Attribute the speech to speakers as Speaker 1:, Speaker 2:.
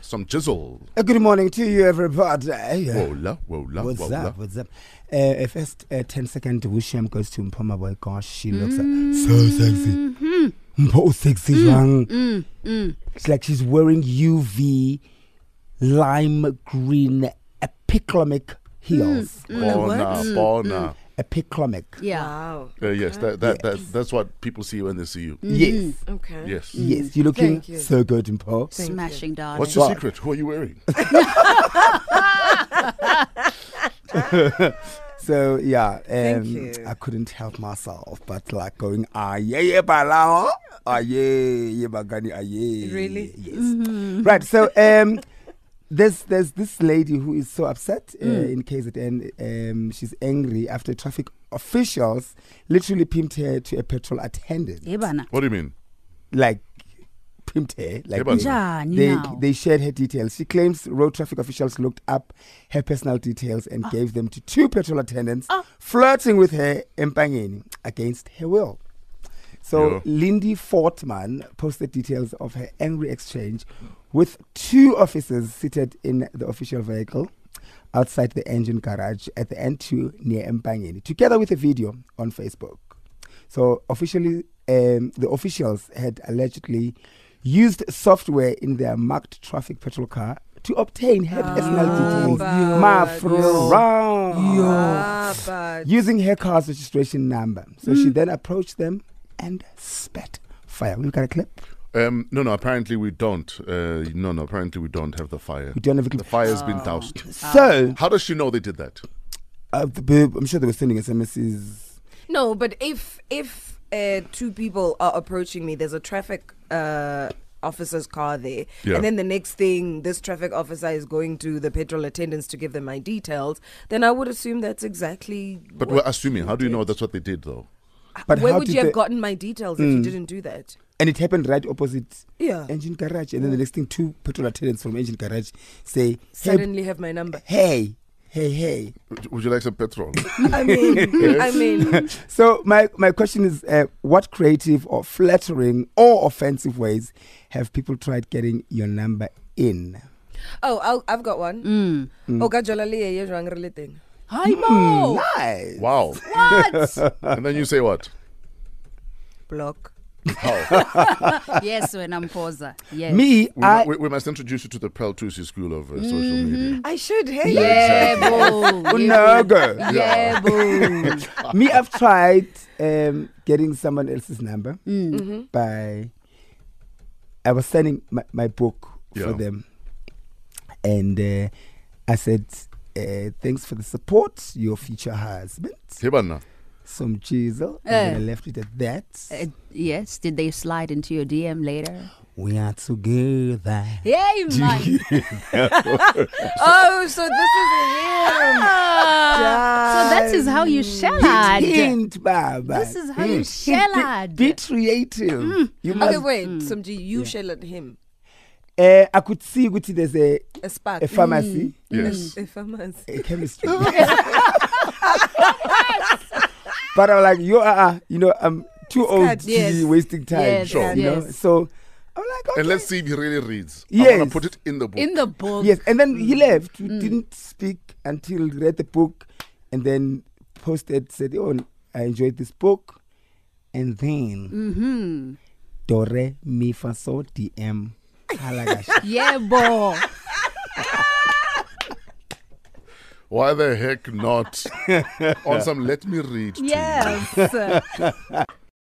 Speaker 1: some jizzle.
Speaker 2: Uh, Good morning to you, everybody.
Speaker 1: Wola, wola,
Speaker 2: What's
Speaker 1: wola.
Speaker 2: up? What's up? Uh, a first uh, 10 second Wisham goes to Mpoma Boy. Gosh, she looks uh,
Speaker 3: Mm-hmm.
Speaker 2: so sexy. Mpo sexy,
Speaker 3: Mm,
Speaker 2: Zhang. It's like she's wearing UV lime green epiclomic heels.
Speaker 3: Mm,
Speaker 1: Bona, bona.
Speaker 2: Epiclomic.
Speaker 4: Yeah.
Speaker 1: Uh, yes, that, that, that, that's what people see when they see you.
Speaker 2: Yes.
Speaker 3: Okay.
Speaker 1: Yes.
Speaker 2: Yes. You're looking
Speaker 3: Mm-hmm. Thank you.
Speaker 2: so good, Mpo.
Speaker 4: Smashing, darling.
Speaker 1: What's your
Speaker 2: Right.
Speaker 1: secret? Who are you wearing?
Speaker 2: So yeah, um,
Speaker 3: you.
Speaker 2: I couldn't help myself, but like going ah yeah yeah balao ah yeah yeah bagani ah yeah
Speaker 3: Really?
Speaker 2: yes
Speaker 4: Mm.
Speaker 2: right. So um, there's there's this lady who is so upset uh,
Speaker 3: Hmm.
Speaker 2: in KZN. Um, she's angry after traffic officials literally pimped her to a petrol attendant,
Speaker 4: Yebana.
Speaker 1: What do you mean?
Speaker 2: like pimped her like.
Speaker 1: Yebana.
Speaker 2: they-
Speaker 4: Njani
Speaker 2: they,
Speaker 4: now?
Speaker 2: they shared her details. She claims road traffic officials looked up her personal details and gave them to two petrol attendants flirting with her in Pangeni against her will. So
Speaker 1: Yeah.
Speaker 2: Lindy Fortman posted details of her angry exchange with two officers seated in the official vehicle outside the engine garage at the N2 near Mpangeni, together with a video on Facebook. So officially, um, the officials had allegedly used software in their marked traffic patrol car to obtain her personal details. My friend.
Speaker 3: Ah, but
Speaker 2: using her car's registration number. So she then approached them and spat fire. We've got a clip.
Speaker 1: Um, no, no, apparently we don't. Uh, no, no, apparently we don't have the fire.
Speaker 2: We don't have a
Speaker 1: The
Speaker 2: clip.
Speaker 1: fire's been doused.
Speaker 2: So
Speaker 1: How does she know they did that?
Speaker 2: uh, the, babe- I'm sure they were sending SMSs.
Speaker 3: no, but if if uh, two people are approaching me, there's a traffic uh, officer's car there,
Speaker 1: Yeah.
Speaker 3: and then the next thing, this traffic officer is going to the petrol attendants to give them my details. Then I would assume that's exactly.
Speaker 1: But
Speaker 3: what
Speaker 1: we're assuming. How do you know that's what Mm. they did, though?
Speaker 2: But
Speaker 3: Where
Speaker 2: how
Speaker 3: would
Speaker 2: did
Speaker 3: you have
Speaker 2: the-
Speaker 3: gotten my details if you didn't do that?
Speaker 2: And it happened right opposite
Speaker 3: Yeah.
Speaker 2: engine garage. And then the next thing, two petrol attendants from engine garage say, hey,
Speaker 3: Suddenly have my number.
Speaker 2: hey, hey, hey.
Speaker 1: Would- Would you like some petrol?
Speaker 3: I mean, I mean,
Speaker 2: So my, my question is, uh, what creative or flattering or offensive ways have people tried getting your number in?
Speaker 3: oh, I'll, I've got one.
Speaker 4: Mm.
Speaker 3: Oh, Kajola Lee, you're wrong, really thing.
Speaker 4: Hi, Mo.
Speaker 2: Nice.
Speaker 1: wow.
Speaker 4: What?
Speaker 1: And then you say what?
Speaker 3: Block.
Speaker 4: yes, when I'm poser. Yes.
Speaker 2: Me,
Speaker 1: We,
Speaker 2: I
Speaker 1: we, we must introduce you to the Pearl Tusi School of uh, Social Media.
Speaker 3: I should, hey?
Speaker 4: Yebo.
Speaker 2: Oh, no girl.
Speaker 4: Yebo.
Speaker 2: me, I've tried um, getting someone else's number
Speaker 3: Mm-hmm.
Speaker 2: by. I was sending my, my book
Speaker 1: Yeah.
Speaker 2: for them, and uh, I said, uh, "Thanks for the support, your future husband,
Speaker 1: Hebana.
Speaker 2: some chisel."
Speaker 4: Eh.
Speaker 2: And then I left it at that.
Speaker 4: Uh, yes. Did they slide into your DM later?
Speaker 2: we are together.
Speaker 4: Yay, man.
Speaker 3: Oh, so this is him.
Speaker 4: so that is how you shellad.
Speaker 2: Hint, Baba.
Speaker 4: This is how you Mm.
Speaker 2: Hint, Be, be
Speaker 4: shellad.
Speaker 2: creative. You
Speaker 3: Okay,
Speaker 2: must.
Speaker 3: wait, Somji, you shall at him.
Speaker 2: Uh, I could see which there's a,
Speaker 3: A spark.
Speaker 2: a
Speaker 4: Mm.
Speaker 2: pharmacy.
Speaker 1: Yes.
Speaker 3: A pharmacy.
Speaker 2: uh, chemistry. but I'm like, you are, you know, I'm too old
Speaker 3: cut,
Speaker 2: to
Speaker 3: yes.
Speaker 2: be wasting time.
Speaker 4: Yes, Sure.
Speaker 2: You know,
Speaker 4: yes.
Speaker 2: so I'm like, okay.
Speaker 1: And let's see if he really reads. I want
Speaker 2: Yes.
Speaker 1: to put it in the book.
Speaker 4: In the book.
Speaker 2: yes, and then he left. We didn't speak until he read the book, and then posted said, "Oh, I enjoyed this book," and then
Speaker 4: Mm. Mm-hmm.
Speaker 2: Dore mi fa so DM. Halagash.
Speaker 4: Yebo.
Speaker 1: Why the heck not? On some let me read. to you.
Speaker 4: Yes.